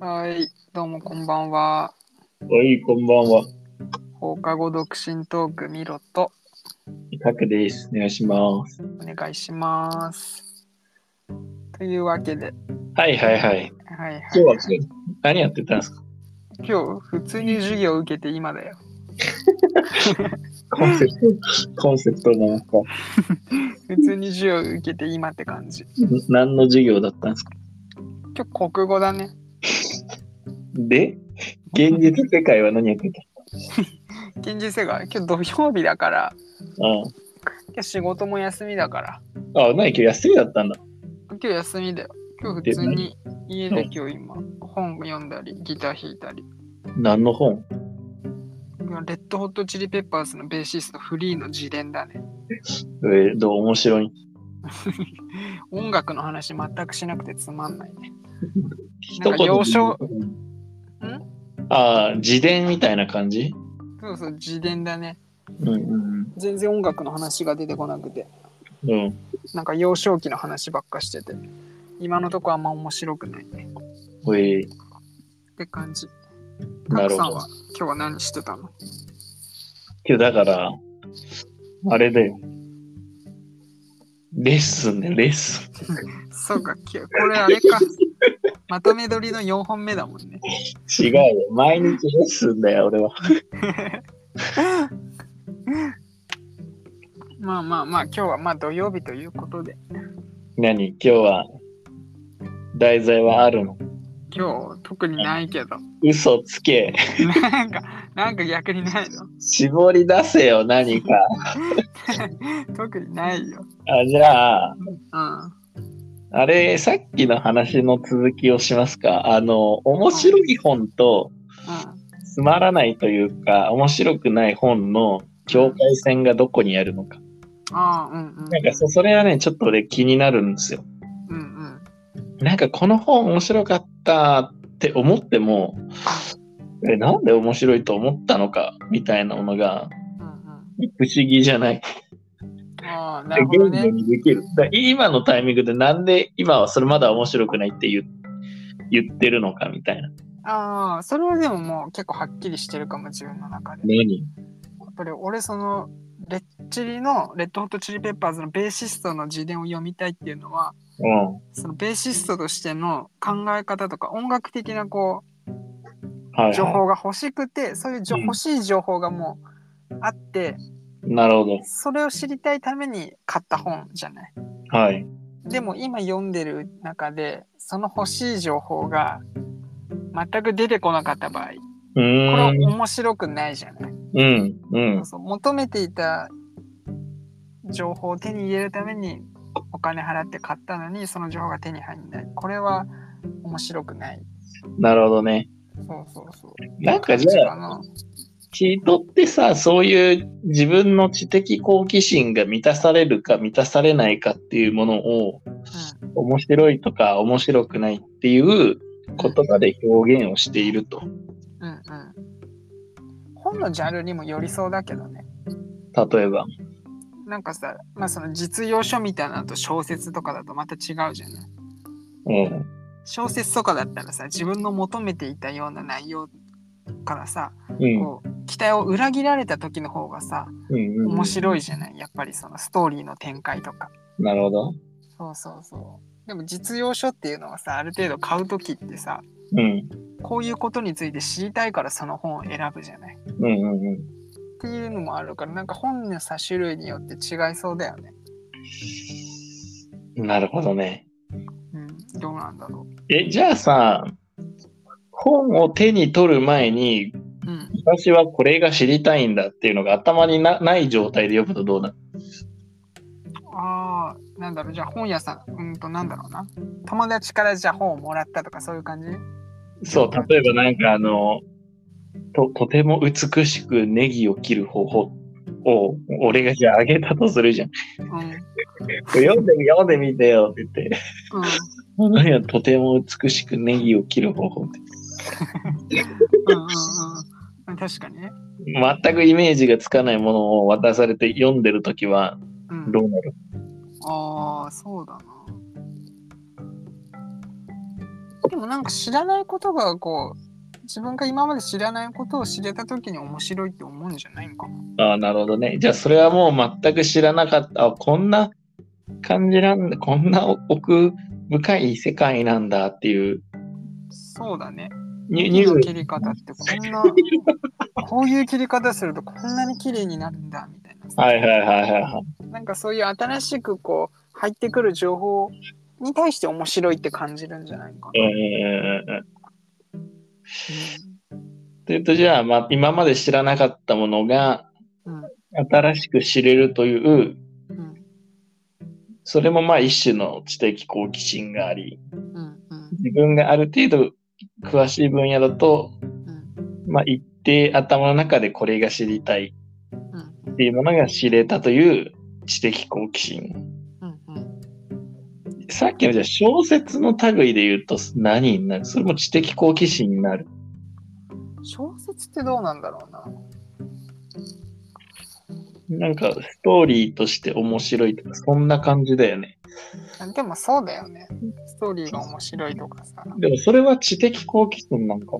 はい、どうもこんばんは。はい、こんばんは。放課後独身トークミロとタクです。お願いします。お願いします。というわけで、はいはいはい。はいはい。今日はちょっと何やってたんですか今日普通に授業受けて今だよ。コンセプト、コンセプトなのか。普通に授業受けて今って感じ。ん何の授業だったんですか今日国語だね。で、現実世界は何やってた現実世界、今日土曜日だから、う今日仕事も休みだから、ん。あ、ない今日休みだったんだ。今日休みだよ。今日普通に家で今日今本読んだり、ギター弾いたり。何の本今レッドホットチリペッパーズのベーシストフリーの自伝だね。えー、どう面白い。音楽の話全くしなくてつまんないね。一なんか幼少ああ、自伝みたいな感じそうそう、自伝だね。うんうん全然音楽の話が出てこなくて、うん。うん。なんか幼少期の話ばっかしてて、今のとこあんま面白くないね。えー、って感じ。なたるくほさどんは今日は何してたの今日だから、あれだよ。レッスンね、レッスン。そうか、きこれあれ か。まとめ撮りの4本目だもんね。違うよ。毎日レッスンだよ、俺は。まあまあまあ、今日はまあ土曜日ということで、何今日は、題材はあるの今日特にないけど、嘘つけ。なんか、なんか逆にないの絞り出せよ、何か。特にないよ。あじゃあ、うん。あれ、さっきの話の続きをしますか。あの、面白い本と、つまらないというか、面白くない本の境界線がどこにあるのか。うん。ああ、うんうん。なんかそ、それはね、ちょっと俺気になるんですよ。うんうん。なんかこの本面白かったって思っても、え、なんで面白いと思ったのかみたいなものがうん不思議じゃない。うん。ああ、なるほど現ね代。にできる。だ今のタイミングでなんで今はそれまだ面白くないって言う言ってるのかみたいな。ああ、それはでももう結構はっきりしてるかも、自分の中で。何やっぱり俺、その、レッチリの、レッドホットチリペッパーズのベーシストの自伝を読みたいっていうのは、うん。そのベーシストとしての考え方とか音楽的なこはうい、情は報が欲しくてそういうじょうん欲しい情報がもうあってい。なるほど。それを知りたいために買った本じゃないはい。でも今読んでる中でその欲しい情報が全く出てこなかった場合うこれはーん。面白くないじゃない、うん。うんそう。そう求めていた情報を手に入れるためにお金払って買ったのにその情報が手に入んないこれは面白くないなるほどね。そうそうそうなんかじゃああの人ってさ、そういう自分の知的好奇心が満たされるか満たされないかっていうものを、面白いとか面白くないっていう言葉で表現をしていると。うんうんうん本のジャンルにもよりそうだけどね例えば。なんかさ、まあ、その実用書みたいなのと小説とかだとまた違うじゃないうん。小説とかだったらさ自分の求めていたような内容からさ、うん。こう期待を裏切られた時の方がさうん、面白い。いじゃないやっぱりそのストーリーの展開とかなるほど。そうそうそうでも実用書っていうのはさある程度買う時ってさうん。こういうことについて知りたいからその本を選ぶじゃないっうんうんうん。ていうのもあるからなんか本のさ種類によって違いそうだよねなるほどね。うんどうなんだろえ、じゃあさ、本を手に取る前に、ううん私はこれが知りたいんだっていうのが頭になない状態で読むとどうなるあーなんだろうじゃあ本屋さんうんとなんだろうな友達からじゃあ本をもらったとかそういう感じそう、例えばなんかあの、と、とても美しくネギを切る方法を、俺がじゃああげたとするじゃん。うん読んでみ、読んでみてよって言って。うこのはとても美しくネギを切る方法って。んうんうんうん確かにね。全くイメージがつかないものを渡されて読んでるときはうん、どうなるああ、そうだな。でもなんか知らないことがこう自分が今まで知らないことを知れた時に面白いって思うんじゃないのかな。ああ、なるほどね。じゃあ、それはもう全く知らなかった。あこんな感じなんだ。こんな奥深い世界なんだっていう。そうだね。ニュ木ニュのー切り方ってこんなこういう切り方するとこんなに綺麗になるんだみたいなさ。はいはいはいはいはい。なんかそういう新しくこう入ってくる情報に対して面白いって感じるんじゃないのかうな。んうんうんうんうん。というと、じゃあ、まあ、今まで知らなかったものがうんうん新しく知れるという、うんそれもまあ一種の知的好奇心があり、うんうん自分がある程度詳しい分野だと、うんまあ、一定頭の中でこれが知りたいうんっていうものが知れたという知的好奇心。うんうんさっきのじゃあ小説の類で言うと何になるそれも知的好奇心になる。小説ってどうなんだろうな。なんかストーリーとして面白いとか、そんな感じだよね。あでもそうだよね。ストーリーが面白いとかさ。でもそれは知的好奇心なんか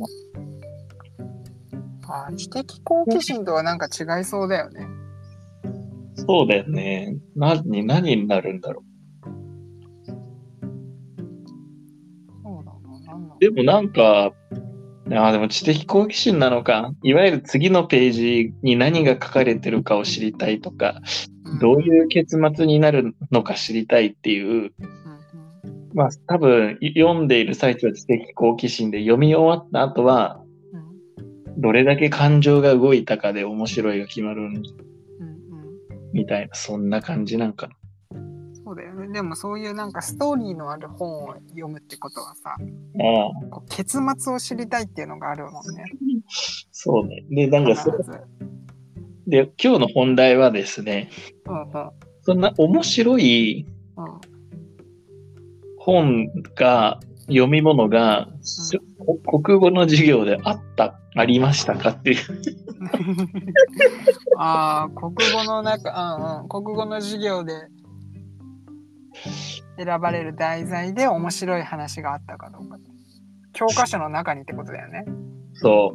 な。あ知的好奇心とはなんか違いそうだよね。そうだよね。何、何になるんだろそうだろうなんだろう。でもなんか、ああ、でも知的好奇心なのか。いわゆる次のページに何が書かれてるかを知りたいとか、うどうういう結末になるのか知りたいっていう、んまあ多分い読んでいる最中は知的好奇心で読み終わった後は、うんどれだけ感情が動いたかで面白いが決まるんうんうんみたいな、そんな感じなんかな。うんそうだよね。でもそういうなんかストーリーのある本を読むってことはさ、ああ、こう結末を知りたいっていうのがあるもんね。そうね。で、なんか必そず。で、今日の本題はですね、うんうんそんな面白いうん本が、読み物が、しょこ国語の授業であった、ありましたかっていう。 ああ、国語の中、うんうん、国語の授業で選ばれる題材で面白い話があったかどうか。教科書の中にってことだよね。そ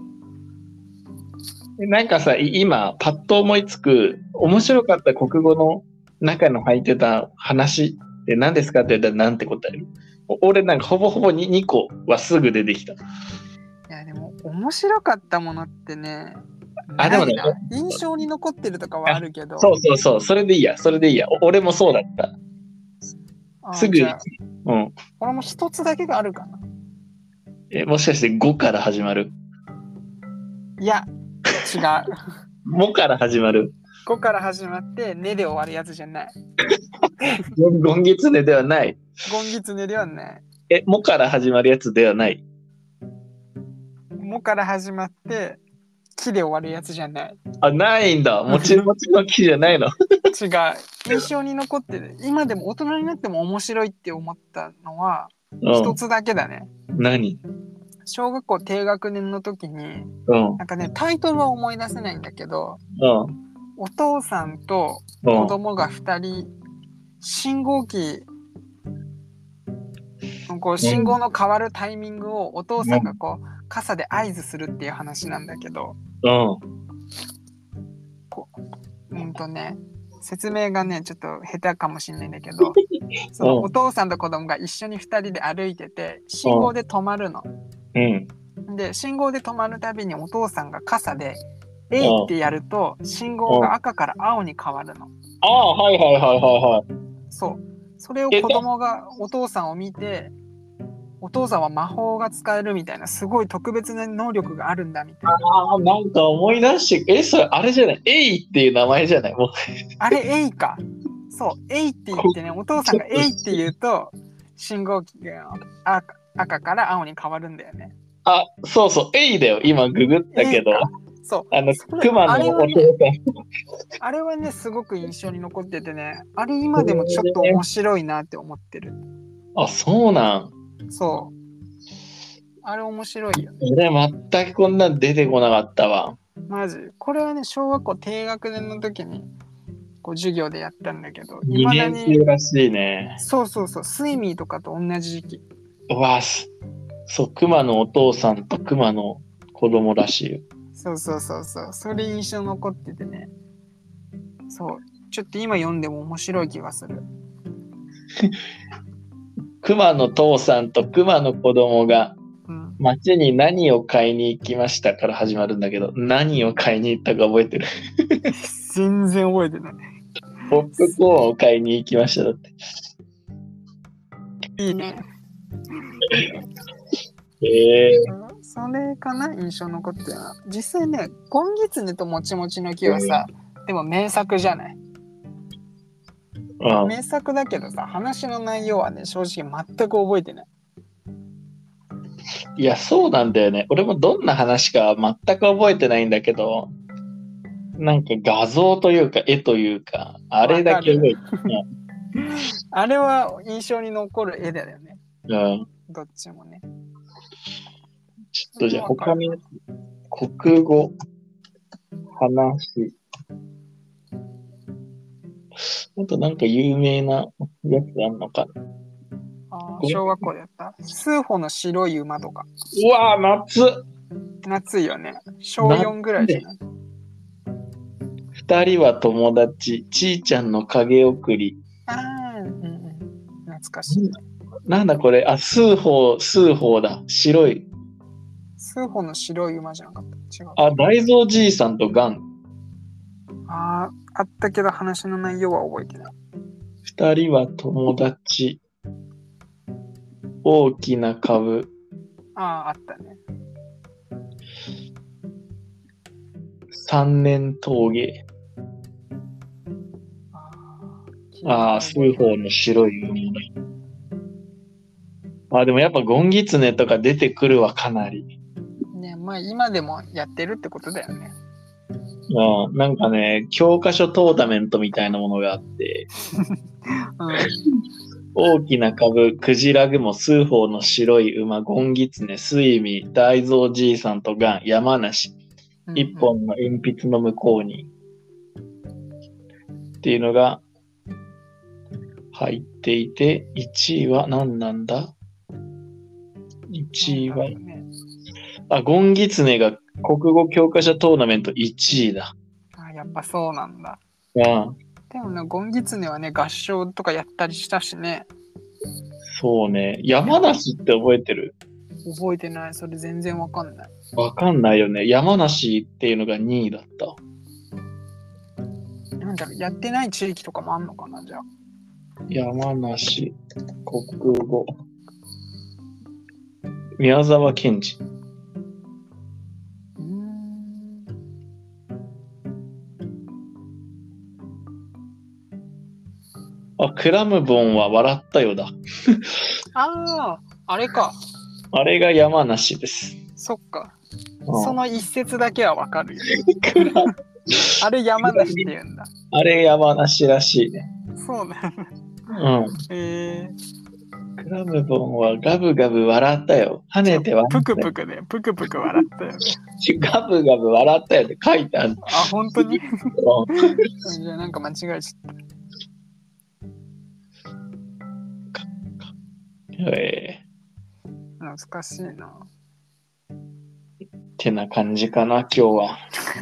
う。でなんかさ、い今、パッと思いつく、面白かった国語の中の入ってた話って何ですかって言ったら何て答えるお俺なんかほぼほぼに2個はすぐ出てきた。いや、でも面白かったものってね、あでもねないな印象に残ってるとかはあるけど、そうそうそう、それでいいや、それでいいや。お俺もそうだった。あーすぐじゃあうん。これも一つだけがあるかな。え、もしかして5から始まるいや、違う。 ?5 から始まる5から始まって、ねで終わるやつじゃない。ゴンギツネではない。ゴンギツネではない。え、もから始まるやつではない。もから始まって、きで終わるやつじゃない。あ、ないんだ。もちもちの木じゃないの。 違う印象に残ってる今でも大人になっても面白いって思ったのはう一つだけだね、ん。何小学校低学年の時にうん。なんかねタイトルは思い出せないんだけどうん。お父さんとうん子。供が2人信号機こう信号の変わるタイミングをお父さんがこう傘で合図するっていう話なんだけどうん。うんとね説明がねちょっと下手かもしれないんだけ どそのうんお父さんと子供が一緒に2人で歩いてて信号で止まるの。うん。で信号で止まるたびにお父さんが傘で「えい!」ってやると信号が赤から青に変わるの。ああ、はいはいはいは。そうそれを子供がお父さんを見てお父さんは魔法が使えるみたいなすごい特別な能力があるんだみたいないはい。ああ、なんか思い出して、え、それあれじゃないエイっていう名前じゃないもう。あれ、エイか。そう、エイって言ってね、お父さんがエイって言うと、信号機が赤赤から青に変わるんだよね。あ、そうそう、エイだよ。今ググったけどエイ。かそう、あの、それ熊あれのはおね父さん。あれはね、すごく印象に残っててね、あれ今でもちょっと面白いなって思ってる。あ、そうなん。そう。あれ面白いよね。俺全くこんなん出てこなかったわ。マジ。これはね、小学校低学年の時に、こう授業でやったんだけど、い2まだ年に、生らしいね。そうそうそう、スイミーとかと同じ時期。うわすそう、熊のお父さんと熊の子供らしいよ。そうそうそうそう。それ印象残っててね。そう。ちょっと今読んでも面白い気がする。熊の父さんと熊の子供がうん。街に何を買いに行きましたから始まるんだけど、何を買いに行ったか覚えてる。 全然覚えてない。ポップコーンを買いに行きましただって。いいね。ええうんそれかな印象残ってるな。実際ね、ゴンギツネともちもちの木はさ、でも名作じゃない。うん。名作だけどさ、話の内容はね、正直全く覚えてない。いや、そうなんだよね。俺もどんな話か全く覚えてないんだけど、なんか画像というか絵というか、あれだけ覚えてる。あれは印象に残る絵だよね。うん。どっちもね。ちょっとじゃあ他に、国語、話。あとなんか有名なやつあんのかなあー小学校でやった。数歩の白い馬とか。うわぁ、夏夏いよね。小4ぐらいじゃない二人は友達、ちーちゃんの影送り。ああ、うんうん。懐かしい。なんだこれあ、数法、数法だ。白い。数歩の白い馬じゃなかった。違う。あ、大蔵じいさんとガン。ああ、あったけど話の内容は覚えてない。二人は友達。大きな株。ああ、あったね。三年峠。あああ、数法の白い海あ、でもやっぱゴンギツネとか出てくるわ、かなり。ね、まあ今でもやってるってことだよね。うん、なんかね、教科書トーナメントみたいなものがあって、う大きな株、クジラグモ、数法の白い馬、ゴンギツネ、睡眠、大蔵じいさんとガン、山梨、ん。一本の鉛筆の向こうに。っていうのが入っていて、1位は何なんだ ?1 位は、ねあ、ゴンギツネが国語教科書トーナメント1位だ。あやっぱそうなんだ。うん、でもね、ゴンギツネはね、合唱とかやったりしたしね、そうね。山梨って覚えてる覚えてない、それ全然わかんない。わかんないよね。山梨っていうのが2位だった。なんだろう、やってない地域とかもあんのかな、じゃあ。山梨、国語。宮沢賢治。うーん。あ、クラムボンは笑ったよだ。ああ、あれか。あれが山梨です。そっか。うんその一節だけはわかるよ。クラあれ山梨って言うんだ。 あれ山梨らしいね。そうなんだ。うん。ええクラムボンはガブガブ笑ったよ。跳ねて笑ったぷよ。くぷくで、ぷくぷく笑ったよね。ガブガブ笑ったよって書いてある。あ、本当にうんじゃあなんか間違えちゃっえた。懐かしいな。ー、てな感じかな、今日は。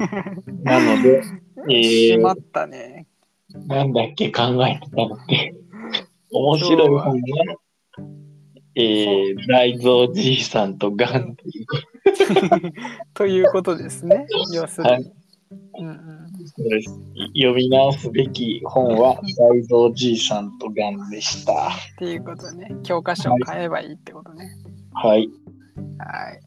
なので、えしまー、ったね。 なんだっけ考えてたのって。面白い本が、えー、大蔵じいさんとガンっていうこということですね。要するはにい。うんうん、とです。読み直すべき本は、大蔵じいさんとガンでした。っていうことね。教科書を買えばいいってことね。はい。はい。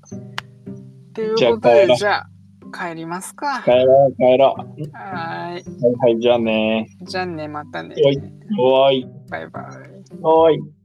ということで、じゃあ帰りますか。帰ろう、帰ろう。はい。はいはい、じゃあね。じゃあね、またね。はいおーい。バイバイ。おーい。